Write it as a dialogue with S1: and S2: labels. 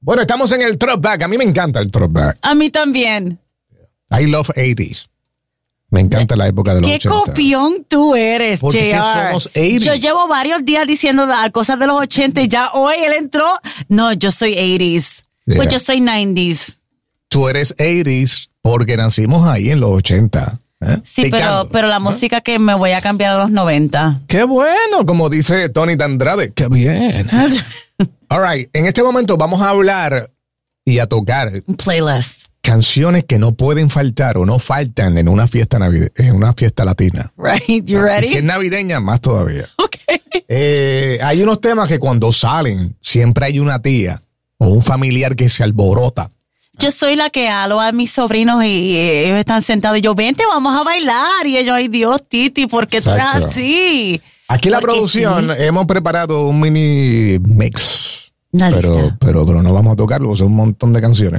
S1: Bueno, estamos en el throwback. A mí me encanta el throwback.
S2: A mí también.
S1: I love 80s. Me encanta la época de los
S2: Qué
S1: 80.
S2: copión tú eres,
S1: Porque es que
S2: JR.
S1: somos 80s.
S2: Yo llevo varios días diciendo da- cosas de los 80 y ya hoy él entró. No, yo soy 80s.
S1: Yeah.
S2: Pues yo soy 90s.
S1: Tú eres 80s porque nacimos ahí en los 80. ¿eh?
S2: Sí, pero,
S1: Picando.
S2: pero la música que me voy a cambiar a los 90.
S1: Qué bueno, como dice Tony Tandrade. Qué bien. All right, en este momento vamos a hablar y a tocar
S2: Playlist.
S1: canciones que no pueden faltar o no faltan en una fiesta navide- en una fiesta latina.
S2: Right? You
S1: Y si es
S2: ready?
S1: navideña, más todavía.
S2: Okay.
S1: Eh, hay unos temas que cuando salen, siempre hay una tía o un familiar que se alborota.
S2: Yo soy la que halo a mis sobrinos y, y ellos están sentados y yo, vente, vamos a bailar. Y ellos, ay Dios, Titi, ¿por qué tú eres
S1: Exacto.
S2: así?
S1: Aquí en la
S2: Porque
S1: producción hemos preparado un mini mix.
S2: Una
S1: Pero,
S2: lista.
S1: pero, pero no vamos a tocarlo, son un montón de canciones.